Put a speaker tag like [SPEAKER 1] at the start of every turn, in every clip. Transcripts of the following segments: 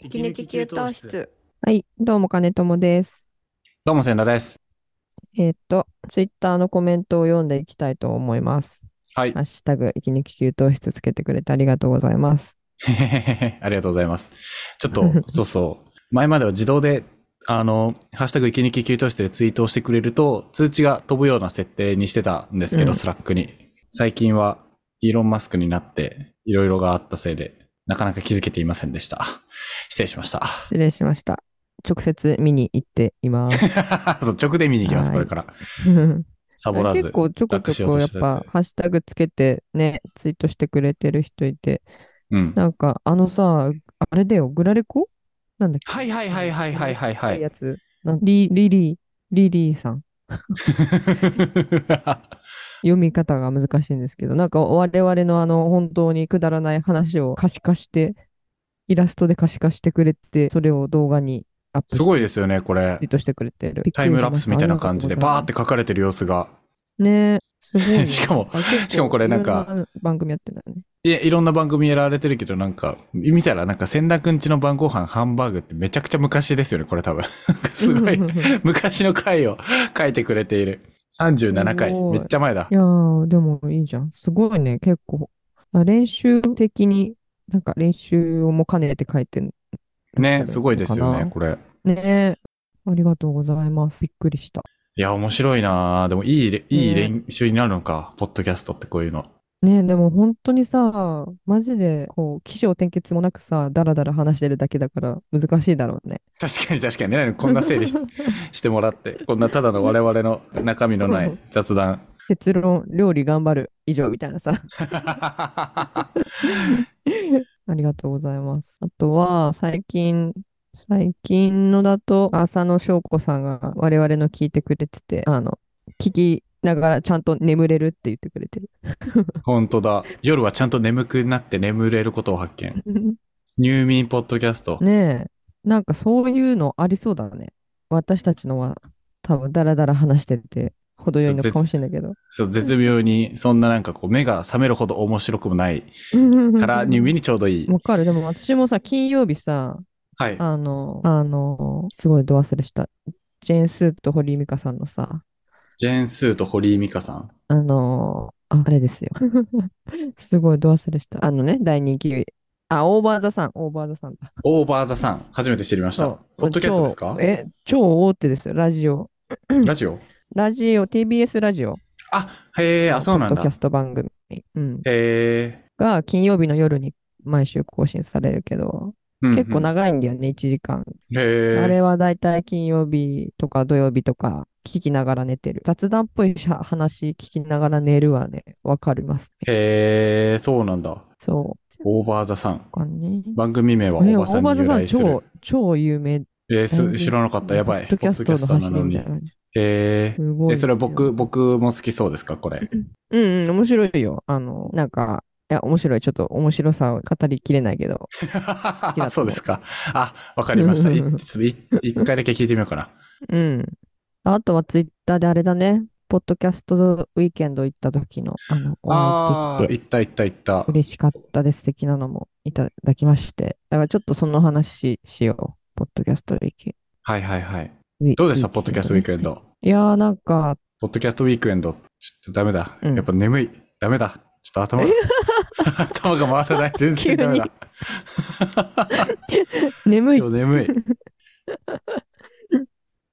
[SPEAKER 1] 息抜き給湯室。
[SPEAKER 2] はい、どうも、金友です。
[SPEAKER 3] どうも、千田です。
[SPEAKER 2] えーっと、ツイッターのコメントを読んでいきたいと思います。
[SPEAKER 3] はい
[SPEAKER 2] ハ。ッシュタグ、息抜き給湯室つけてくれてありがとうございます。
[SPEAKER 3] ありがとうございます。ちょっ と、そうそう。前までは自動で、あの、ハッシュタグ息抜き給湯室でツイートをしてくれると、通知が飛ぶような設定にしてたんですけど、
[SPEAKER 2] うん
[SPEAKER 3] スラックに。最近は、イーロン・マスクになって、いろいろがあったせいで、なかなか気づけていませんでした。失礼しました。
[SPEAKER 2] 失礼しました。直接見に行っています。
[SPEAKER 3] そう直で見に行きます、
[SPEAKER 2] はい
[SPEAKER 3] これから。サボらず。
[SPEAKER 2] 結構ちょこ
[SPEAKER 3] 楽し
[SPEAKER 2] ち
[SPEAKER 3] よ
[SPEAKER 2] ょ
[SPEAKER 3] う
[SPEAKER 2] ことやっ
[SPEAKER 3] したやつ
[SPEAKER 2] ぱ、ハッシュタグつけてね、ツイートしてくれてる人いて、
[SPEAKER 3] うん。
[SPEAKER 2] なんか、あのさ、あれだよ、グラレコなんだっけ
[SPEAKER 3] はいはいはいはいはいはいは
[SPEAKER 2] あのや
[SPEAKER 3] い。
[SPEAKER 2] つ。なんリ、リリー、リリーさん。読み方が難しいんですけど、なんか我々のあの本当にくだらない話を可視化して、イラストで可視化してくれて、それを動画にアッ プ
[SPEAKER 3] すごいですよね、これ
[SPEAKER 2] ツイ。ートしてくれてる。
[SPEAKER 3] タイムラプスみたいな感じでバーって書かれてる様子が、
[SPEAKER 2] ねえ、すごい ね。
[SPEAKER 3] しかも
[SPEAKER 2] あ、結構
[SPEAKER 3] しかもこれなんか
[SPEAKER 2] いろな番組やってたね。
[SPEAKER 3] いや、いろんな番組やられてるけど、なんか、見たらなんか千田くんちの晩ご飯ハンバーグってめちゃくちゃ昔ですよね、これ多分。なんかすごい、
[SPEAKER 2] い
[SPEAKER 3] 昔の回を書いてくれている。37回、
[SPEAKER 2] すごい
[SPEAKER 3] めっちゃ前だ。
[SPEAKER 2] やー、でもいいじゃん。すごいね、結構。あ練習的に、なんか練習をも兼ねて書いてる。
[SPEAKER 3] ね、すごいですよね、これ。
[SPEAKER 2] ねえ、ありがとうございます。びっくりした。
[SPEAKER 3] いや、面白いなぁでもいいれ、いい
[SPEAKER 2] ね
[SPEAKER 3] 練習になるのか、ポッドキャストってこういうの。
[SPEAKER 2] ねえ、でも本当にさ、マジで、こう、起承転結もなくさ、だらだら話してるだけだから難しいだろうね。
[SPEAKER 3] 確かに確かにね、こんな整理 ししてもらって、こんなただの我々の中身のない雑談。
[SPEAKER 2] 結論、料理頑張る、以上みたいなさ。 ありがとうございます。あとは、最近、最近のだと、浅野翔子さんが我々の聞いてくれてて、あの、聞きながらちゃんと眠れるって言ってく れてる。
[SPEAKER 3] 本当だ。夜はちゃんと眠くなって眠れることを発見。入眠ポッドキャスト。
[SPEAKER 2] ねえ、なんかそういうのありそうだね。私たちのは、多分だらだら話してて、程よいのかもしれないけど。
[SPEAKER 3] そう、絶妙に、そんななんかこう、目が覚めるほど面白くもない から、入眠にちょうどいい。
[SPEAKER 2] わかる。でも私もさ、金曜日さ、
[SPEAKER 3] はい。
[SPEAKER 2] あの、あの、すごいド忘れした。ジェーン・スーと堀井美香さんのさ、
[SPEAKER 3] ジェーン・スーと堀井美香さん。
[SPEAKER 2] あの、あ、あれで すよ。すごいド忘れした。あのね、大人気。あ、オーバーザさん、オーバーザさんだ。
[SPEAKER 3] オーバー・ザ・さん。初めて知りました。ポッドキャストですか
[SPEAKER 2] 超え、超大手ですよ、ラジオ。
[SPEAKER 3] ラジオ
[SPEAKER 2] ラジオ、TBS ラジオ。
[SPEAKER 3] あ、へえ、あ、そうなん
[SPEAKER 2] ポッドキ
[SPEAKER 3] だ
[SPEAKER 2] ャ。スト番組。うん。
[SPEAKER 3] へえ。
[SPEAKER 2] が、金曜日の夜に毎週更新されるけど、
[SPEAKER 3] うんうん
[SPEAKER 2] 結構長いんだよね、1時間。
[SPEAKER 3] へ
[SPEAKER 2] あ
[SPEAKER 3] え。
[SPEAKER 2] れはだいたい金曜日とか土曜日とか聞きながら寝てる。雑談っぽいしゃ話聞きながら寝るはね、わかりますね。
[SPEAKER 3] へえ、そうなんだ。
[SPEAKER 2] そう。
[SPEAKER 3] オーバー・ザ・さん。
[SPEAKER 2] かね。
[SPEAKER 3] 番組名はお
[SPEAKER 2] え
[SPEAKER 3] ばさんに
[SPEAKER 2] 大
[SPEAKER 3] 由
[SPEAKER 2] 場
[SPEAKER 3] 来する
[SPEAKER 2] 超、。超有名。
[SPEAKER 3] えー
[SPEAKER 2] 大
[SPEAKER 3] す、
[SPEAKER 2] 人
[SPEAKER 3] 知らなかった。やばい。
[SPEAKER 2] ポッドキャストの走
[SPEAKER 3] ポッドキャスター
[SPEAKER 2] りみたいな感じ。
[SPEAKER 3] へえ。
[SPEAKER 2] すごい
[SPEAKER 3] え、
[SPEAKER 2] です
[SPEAKER 3] それは
[SPEAKER 2] よ
[SPEAKER 3] 僕、。僕も好きそうですかこれ。
[SPEAKER 2] うんうん、面白いよ。あの、なんか、いや、面白い。ちょっと面白さを語りきれないけど。と思う
[SPEAKER 3] そうですか。あ、わかりました。 いちょっとい一回だけ聞いてみようかな。
[SPEAKER 2] うん。あとはツイッターであれだね。ポッドキャストウィーケンド行った時の、 あの、お
[SPEAKER 3] あ
[SPEAKER 2] 会
[SPEAKER 3] あ
[SPEAKER 2] いで
[SPEAKER 3] ー、
[SPEAKER 2] きて
[SPEAKER 3] いったいったいった。
[SPEAKER 2] 嬉しかったです的なのもいただきまして。だからちょっとその話しよう。ポッドキャストウィーケ
[SPEAKER 3] はいはいはい。
[SPEAKER 2] ウィ
[SPEAKER 3] どうでしたポッドキャストウィークエンド。
[SPEAKER 2] いやーなんか、
[SPEAKER 3] ポッドキャストウィークエンド。ちょっとダメだ。
[SPEAKER 2] うん
[SPEAKER 3] やっぱ眠い。ダメだ。ちょっ と頭が。頭が回らない。全然ダメだ。
[SPEAKER 2] 眠い
[SPEAKER 3] 今日眠い。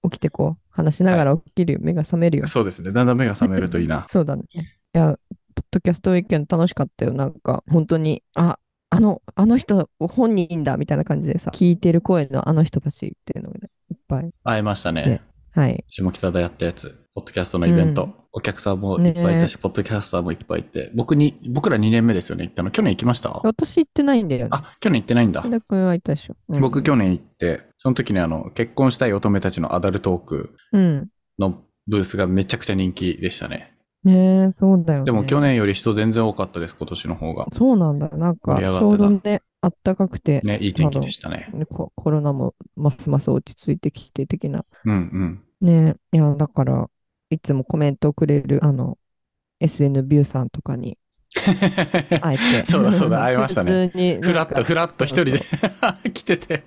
[SPEAKER 2] 起きてこう。話しながら起きるよ。目が覚めるよ。
[SPEAKER 3] そうですね。だんだん目が覚めるといい な。
[SPEAKER 2] そうだね。いや、ポッドキャストウィーケンド楽しかったよ。なんか、本当に、あ、あの、あの人、本人だみたいな感じでさ、聞いてる声のあの人たちっていうのがね、いっぱい。
[SPEAKER 3] 会えましたね。
[SPEAKER 2] ねはい。
[SPEAKER 3] 下北でやったやつ、ポッドキャストのイベント、
[SPEAKER 2] うん
[SPEAKER 3] お客さんもいっぱいいたし、ポッドキャスターもいっぱいいて、僕に、僕ら2年目ですよね、行ったの。去年行きました
[SPEAKER 2] 私行ってないんだよね。
[SPEAKER 3] あ、去年行ってないんだ。
[SPEAKER 2] 福田君はいたでしょ。うん
[SPEAKER 3] 僕、去年行って、その時にあの、結婚したい乙女たちのアダルトーク
[SPEAKER 2] うん。
[SPEAKER 3] のブースがめちゃくちゃ人気でしたね。
[SPEAKER 2] ねえ、そうだよね。
[SPEAKER 3] でも去年より人全然多かったです、今年の方が。
[SPEAKER 2] そうなんだ。なんか、
[SPEAKER 3] 盛
[SPEAKER 2] ち
[SPEAKER 3] り上がって
[SPEAKER 2] ょう
[SPEAKER 3] た
[SPEAKER 2] どね、あったかくて、
[SPEAKER 3] ね、いい天気でしたね。
[SPEAKER 2] こコロナもますます落ち着いてきて的な。
[SPEAKER 3] うんうん。
[SPEAKER 2] ねえ、いや、だから、いつもコメントをくれる、あの、SN ビューさんとかに会えて。
[SPEAKER 3] そうだそうだ、会いましたね。
[SPEAKER 2] 普通に なん
[SPEAKER 3] ふ
[SPEAKER 2] から
[SPEAKER 3] っと、ふらっと一人で 来てて。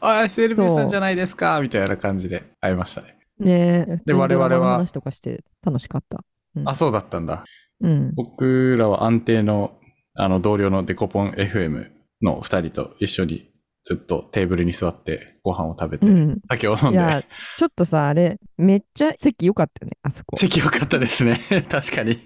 [SPEAKER 3] あ、SLB さんじゃないですかみたいな感じで会いましたね。
[SPEAKER 2] ねえ。
[SPEAKER 3] で我々は
[SPEAKER 2] ドラマの話とかして楽しかった。うん
[SPEAKER 3] あ、そうだったんだ。
[SPEAKER 2] うん。
[SPEAKER 3] 僕らは安定の、あの、同僚のデコポン FM の二人と一緒にずっとテーブルに座ってご飯を食べて、
[SPEAKER 2] うん。
[SPEAKER 3] 酒を飲ん
[SPEAKER 2] いや
[SPEAKER 3] で、、
[SPEAKER 2] ちょっとさ、あれ、めっちゃ席良かったよね、あそこ。
[SPEAKER 3] 席良かったですね。 確かに。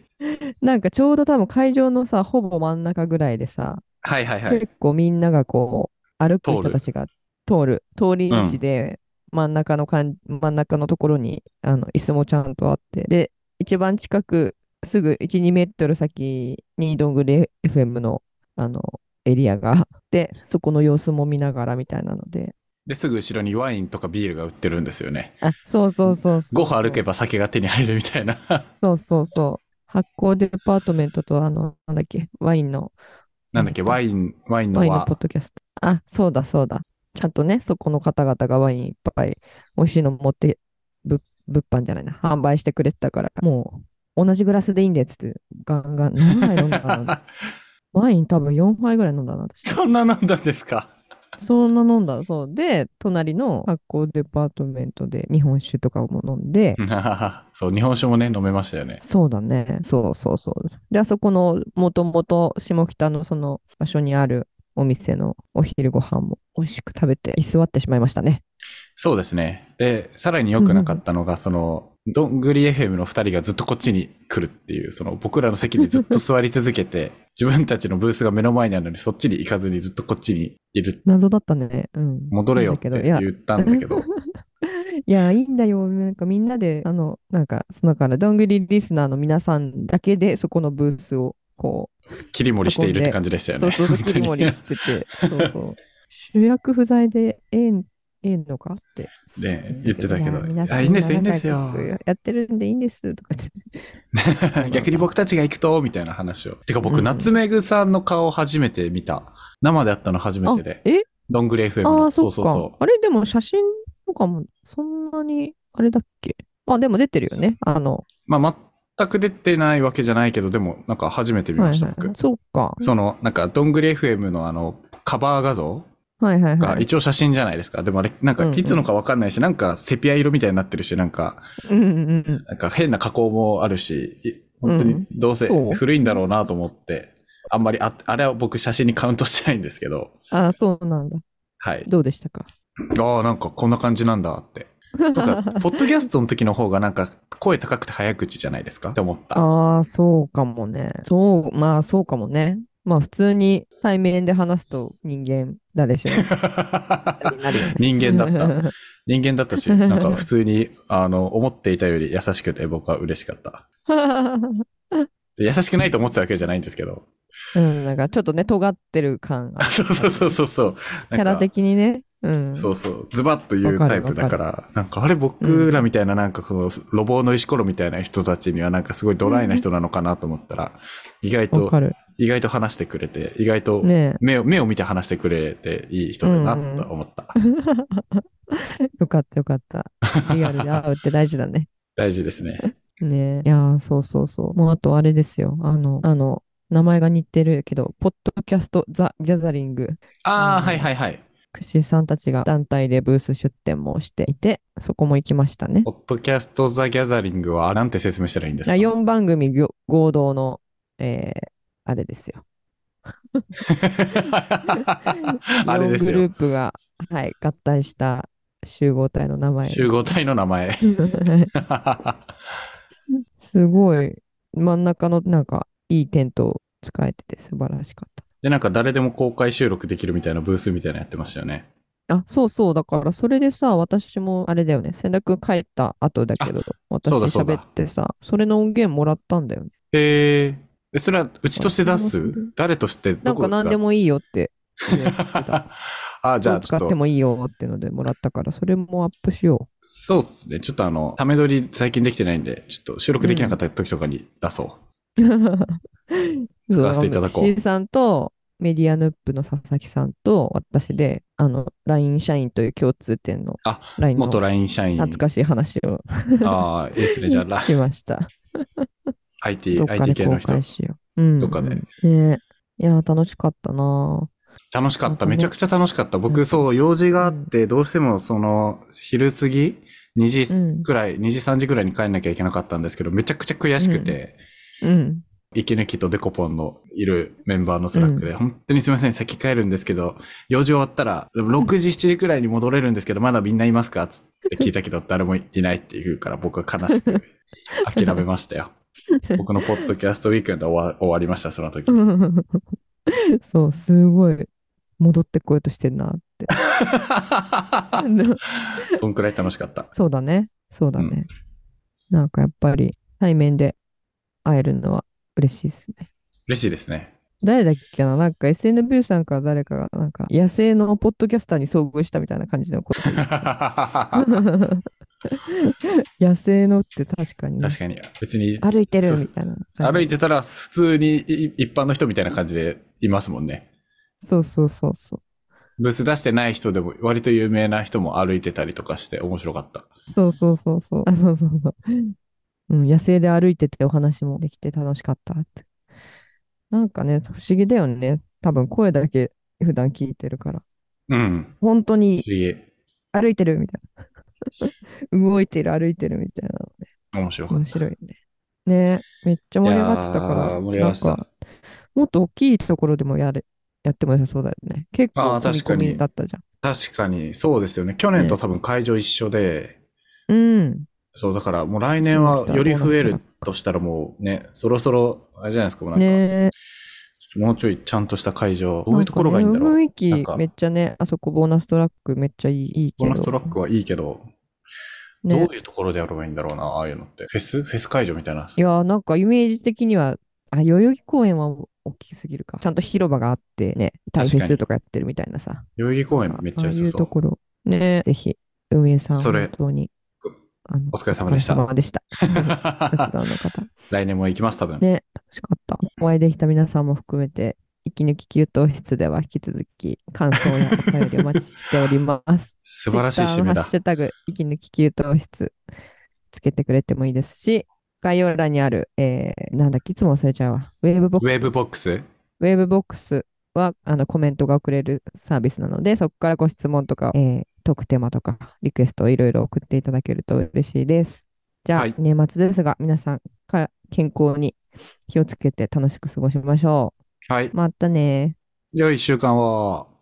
[SPEAKER 2] なんかちょうど多分会場のさ、ほぼ真ん中ぐらいでさ、
[SPEAKER 3] はいはいはい。
[SPEAKER 2] 結構みんながこう、歩く
[SPEAKER 3] 通る
[SPEAKER 2] 人たちが通る、通り道で、真ん中のかん、真ん中のところに、あの、椅子もちゃんとあって、で、一番近く、すぐ1、2メートル先に、どんぐり FM の、あの、エリアがあって、そこの様子も見ながらみたいなので、
[SPEAKER 3] で、すぐ後ろにワインとかビールが売ってるんですよね。
[SPEAKER 2] あ、そうそうそうそう。
[SPEAKER 3] 5歩歩けば酒が手に入るみたいな。
[SPEAKER 2] そうそうそう。発酵デパートメントと、あの、なんだっけ、ワインの、
[SPEAKER 3] なんだっけ、ワイン、ワインの
[SPEAKER 2] ワインの
[SPEAKER 3] は
[SPEAKER 2] ポッドキャスト。あ、そうだそうだ。ちゃんとね、そこの方々がワインいっぱい美味しいの持って、ぶ物販じゃないな、販売してくれてたから、もう同じグラスでいいんでっつって、ガンガン、何杯飲んだか なワイン多分4杯ぐらい飲んだな、私。
[SPEAKER 3] そんな飲んだんですか
[SPEAKER 2] そんな飲んだ、そう。で、隣の発酵デパートメントで日本酒とかも飲んで、
[SPEAKER 3] そう、日本酒もね、飲めましたよね。
[SPEAKER 2] そうだね。そうそうそう。で、あそこの、もともと下北のその場所にあるお店のお昼ご飯も美味しく食べて、居座ってしまいましたね。
[SPEAKER 3] そうですね。で、さらに良くなかったのが、その、どんぐり FM の2人がずっとこっちに来るっていう、その僕らの席にずっと座り続けて、自分たちのブースが目の前にあるのに、そっちに行かずにずっとこっちにいる。
[SPEAKER 2] 謎だったね。うん。
[SPEAKER 3] 戻れよって
[SPEAKER 2] なんだけどいや、
[SPEAKER 3] 言ったんだけど、
[SPEAKER 2] いや、いいんだよ。なんかみんなで、あの、なんか、そのから、どんぐりリスナーの皆さんだけで、そこのブースを、こ
[SPEAKER 3] 切り盛りしているって感じでした
[SPEAKER 2] う、
[SPEAKER 3] よ
[SPEAKER 2] そう
[SPEAKER 3] ね。
[SPEAKER 2] そうそ
[SPEAKER 3] 本
[SPEAKER 2] う、
[SPEAKER 3] 当に
[SPEAKER 2] 切り盛りしてて、そうそう。主役不在で、ええん、ええのかって。
[SPEAKER 3] ね言ってたけど、
[SPEAKER 2] や皆さ
[SPEAKER 3] あいいんですよ、いいんです
[SPEAKER 2] み
[SPEAKER 3] よ
[SPEAKER 2] な。仲良くやってるんでいいんです、とかっ て。
[SPEAKER 3] 逆に僕たちが行くと、みたいな話を。てか僕、
[SPEAKER 2] うん
[SPEAKER 3] ナツメグさんの顔初めて見た。生で会ったの初めてで。
[SPEAKER 2] え
[SPEAKER 3] どんぐり FM
[SPEAKER 2] あ
[SPEAKER 3] の。
[SPEAKER 2] あ、そっ
[SPEAKER 3] そう
[SPEAKER 2] か。
[SPEAKER 3] そ
[SPEAKER 2] あれ、でも写真とかも、そんなに、あれだっけあ、でも出てるよね。あの、
[SPEAKER 3] う。まあ、全く出てないわけじゃないけど、でも、なんか初めて見
[SPEAKER 2] はい
[SPEAKER 3] ました、
[SPEAKER 2] はい
[SPEAKER 3] 僕。
[SPEAKER 2] そうか。
[SPEAKER 3] その、なんか、どんぐり FM のあの、カバー画像
[SPEAKER 2] はいはいは
[SPEAKER 3] が
[SPEAKER 2] い。
[SPEAKER 3] 一応写真じゃないですか。でもあれ、なんか
[SPEAKER 2] うんうん
[SPEAKER 3] いつのかわかんないし、なんかセピア色みたいになってるし、なんか、
[SPEAKER 2] うんうんうん。
[SPEAKER 3] なんか変な加工もあるし、い本当
[SPEAKER 2] う
[SPEAKER 3] に
[SPEAKER 2] ん
[SPEAKER 3] どうせ
[SPEAKER 2] そう
[SPEAKER 3] 古いんだろうなと思って、あんまりあ、あれは僕写真にカウントしてないんですけど、
[SPEAKER 2] ああ、そうなんだ。
[SPEAKER 3] はい。
[SPEAKER 2] どうでしたか
[SPEAKER 3] ああ、なんかこんな感じなんだって。なんか、 ポッドキャストの時の方がなんか声高くて早口じゃないですかって思った。
[SPEAKER 2] ああ、そうかもね。そう、まあそうかもね。まあ普通に対面で話すと人間誰しもになるよね。
[SPEAKER 3] 人間だった。
[SPEAKER 2] た。
[SPEAKER 3] 人間だった し、なんか普通に、あの、思っていたより優しくて僕は嬉しかった。で優しくないと思ってたわけじゃないんですけど。
[SPEAKER 2] うん、なんかちょっとね、尖ってる感が
[SPEAKER 3] あ そうそうそうそうそう。
[SPEAKER 2] キャラ的にね。うん。
[SPEAKER 3] そうそう。ズバッと言うタイプだから、なんかあれ僕らみたいななんかこのロボの石ころみたいな人たちにはなんかすごいドライな人なのかなと思ったら、意外
[SPEAKER 2] わ
[SPEAKER 3] と
[SPEAKER 2] か、る。
[SPEAKER 3] 意外と話してくれて、意外と
[SPEAKER 2] ね
[SPEAKER 3] 目を目を見て話してくれていい人だなと思った。
[SPEAKER 2] え。よかったよかった。リ アルで会うって大事だね。
[SPEAKER 3] 大事ですね。
[SPEAKER 2] ねえ。いやー、そうそうそう。もうあとあれですよ。あの、あの、名前が似てるけど、ポッドキャスト・ザ・ギャザリング。
[SPEAKER 3] ああ、
[SPEAKER 2] うん
[SPEAKER 3] はいはいはい。
[SPEAKER 2] 串井さんたちが団体でブース出店もしていて、そこも行きましたね
[SPEAKER 3] ポ。ッドキャスト・ザ・ギャザリングはなんて説明したらいいんです
[SPEAKER 2] あ
[SPEAKER 3] か
[SPEAKER 2] 4番組ぎょ合同の、えーあれですよ。
[SPEAKER 3] あれです
[SPEAKER 2] 4グル
[SPEAKER 3] よ
[SPEAKER 2] ー。プが、はい、合体した集合体の名前。
[SPEAKER 3] 集合体の名前。
[SPEAKER 2] すごい、真ん中のなんか、いいテントを使えてて素晴らしかっ
[SPEAKER 3] で、なんか誰でも公開収録できるみたいなブースみたいなのやってましたよね。
[SPEAKER 2] た。あ、そうそう。だから、それでさ、私も、あれだよね。千田君帰った後だけど、私
[SPEAKER 3] そうだそうだ
[SPEAKER 2] 喋ってさ、それの音源もらったんだよね。
[SPEAKER 3] えーえ、それはうちとして出
[SPEAKER 2] そうそう
[SPEAKER 3] す誰として
[SPEAKER 2] な
[SPEAKER 3] ど
[SPEAKER 2] ん
[SPEAKER 3] こ
[SPEAKER 2] か
[SPEAKER 3] が
[SPEAKER 2] 何でもいいよって言ってた。
[SPEAKER 3] あ、じゃあち
[SPEAKER 2] 使
[SPEAKER 3] ょ
[SPEAKER 2] っ
[SPEAKER 3] っと
[SPEAKER 2] て。もいいよってのでもらったから、それもアップしよ
[SPEAKER 3] そうですね。ちょっとあの、ため撮り最近できてないんで、ちょっと収録できなかった時とかに出そう。
[SPEAKER 2] う。
[SPEAKER 3] 使わせていただこう
[SPEAKER 2] シーさんとメディアヌップの佐々木さんと私で、あの、LINE 社員という共通点の
[SPEAKER 3] あ
[SPEAKER 2] LINE の
[SPEAKER 3] 元 LINE 社員。
[SPEAKER 2] 懐かしい話を
[SPEAKER 3] ああ、いいですね。じゃあ、
[SPEAKER 2] しま した。
[SPEAKER 3] IT
[SPEAKER 2] どっ、か
[SPEAKER 3] IT
[SPEAKER 2] で
[SPEAKER 3] 系の
[SPEAKER 2] 公
[SPEAKER 3] 人
[SPEAKER 2] 開。しよう。うん
[SPEAKER 3] どっかで
[SPEAKER 2] うんねえいや、楽しかったな
[SPEAKER 3] 楽しか
[SPEAKER 2] な
[SPEAKER 3] っ
[SPEAKER 2] ん
[SPEAKER 3] た。
[SPEAKER 2] か
[SPEAKER 3] め
[SPEAKER 2] ね
[SPEAKER 3] ちゃくちゃ楽しかった。
[SPEAKER 2] う
[SPEAKER 3] 僕、
[SPEAKER 2] ん
[SPEAKER 3] そう、用事があって、どうしても、その、昼過ぎ、2時くらい、2時3時くらいに帰んなきゃいけなかったんですけど、めちゃくちゃ悔しくて、
[SPEAKER 2] うん。
[SPEAKER 3] 息抜きとデコポンのいるメンバーのスラックで、本当にすいません、先帰るんですけど、用事終わったら、6時、7時くらいに戻れるんですけど、まだみんないますかつって聞いたけど、誰もいないっていうから、僕は悲しく諦めま したよ。僕のポッドキャストウィークエンド終わ終わりました、その時。
[SPEAKER 2] そう、すごい、戻ってこようとしてんなって。
[SPEAKER 3] そんくらい楽しかった。
[SPEAKER 2] そうだね。そうだね。なんかやっぱり、対面で会えるのは嬉しいですね。
[SPEAKER 3] 嬉しいです ね。
[SPEAKER 2] 誰だっけななんか SNB さんから誰かが、なんか野生のポッドキャスターに遭遇したみたいな感じのこと 言ってた野生のって確かにね、
[SPEAKER 3] 確かに、別に
[SPEAKER 2] 歩いてる
[SPEAKER 3] そうそう
[SPEAKER 2] みたいな感じ。
[SPEAKER 3] 歩いてたら普通にい一般の人みたいな感じでいますもんね。
[SPEAKER 2] そうそうそうそ
[SPEAKER 3] ブース出してない人でも割と有名な人も歩いてたりとかして面白かった。
[SPEAKER 2] う。そうそうそうそう。あ、そうそうそう。うん、野生で歩いててお話もできて楽しかったって。なんかね、不思議だよね。多分声だけ普段聞いてるから。
[SPEAKER 3] うん。
[SPEAKER 2] 本当
[SPEAKER 3] 不思
[SPEAKER 2] に
[SPEAKER 3] 議。
[SPEAKER 2] 歩いてるみたいな。 動いてる歩いてるみたいな。
[SPEAKER 3] 面白かった。
[SPEAKER 2] 面白いよね。ねめっちゃ盛り上がってたか
[SPEAKER 3] いやー
[SPEAKER 2] ら。
[SPEAKER 3] 盛り上がってた
[SPEAKER 2] なんかもっと大きいところでもやれ、やっても良さそうだよね。結構
[SPEAKER 3] あー
[SPEAKER 2] 飛び
[SPEAKER 3] 確か
[SPEAKER 2] 込
[SPEAKER 3] に
[SPEAKER 2] みだったじゃん。
[SPEAKER 3] 確かに、そうですよね。去年と多分会場一緒で、
[SPEAKER 2] うん。
[SPEAKER 3] そう、だからもう来年はより増えるとしたらもうね、そろそろ、あれじゃないですか、もうなんか、
[SPEAKER 2] ね
[SPEAKER 3] もうちょいちゃんとした会場、どういうところがいいんだろ
[SPEAKER 2] な
[SPEAKER 3] う。
[SPEAKER 2] かね
[SPEAKER 3] な
[SPEAKER 2] 雰
[SPEAKER 3] ん
[SPEAKER 2] 囲
[SPEAKER 3] か
[SPEAKER 2] 気めっちゃね、あそこボーナストラックめっちゃいいいいけ
[SPEAKER 3] ボー
[SPEAKER 2] ど。
[SPEAKER 3] ナストラックはいいけど、
[SPEAKER 2] ね
[SPEAKER 3] どういうところでやればいいんだろうな、ああいうのって。フェスフェス会場みたいな。
[SPEAKER 2] いやーなんかイメージ的には、あ、代々木公園は大きすぎるか。ちゃんと広場があってね、大フェスとかやってるみたいなさ。
[SPEAKER 3] 代々木公園めっちゃ
[SPEAKER 2] ああ
[SPEAKER 3] 良
[SPEAKER 2] い
[SPEAKER 3] さ
[SPEAKER 2] う
[SPEAKER 3] そ
[SPEAKER 2] と
[SPEAKER 3] う。
[SPEAKER 2] ころ。ねぜひ、運営さん
[SPEAKER 3] それ
[SPEAKER 2] 本当に。あの
[SPEAKER 3] お疲れ様でした
[SPEAKER 2] お疲れ様でした。 活動の方。
[SPEAKER 3] 来年も行きます、多分。
[SPEAKER 2] ね、楽しかった。お会いできた皆さんも含めて、息抜き給湯室では引き続き感想やお便りお待ちしております。
[SPEAKER 3] 素晴らしい締め
[SPEAKER 2] Twitter の
[SPEAKER 3] だ
[SPEAKER 2] ハッ。シュタグ、息抜き給湯室つけてくれてもいいですし、概要欄にある、えー、なんだっけ、いつも忘れちゃうわ。ウェーブボック
[SPEAKER 3] ウェーブボックス
[SPEAKER 2] ウェーブボックスはあのコメントが送れるサービスなので、そこからご質問とか、えートークテーマとか、リクエストをいろいろ送っていただけると嬉しいです。じゃあ、
[SPEAKER 3] はい
[SPEAKER 2] 年末ですが、皆さんから健康に気をつけて楽しく過ごしましょ。。
[SPEAKER 3] はいう
[SPEAKER 2] またね
[SPEAKER 3] 良い習慣を。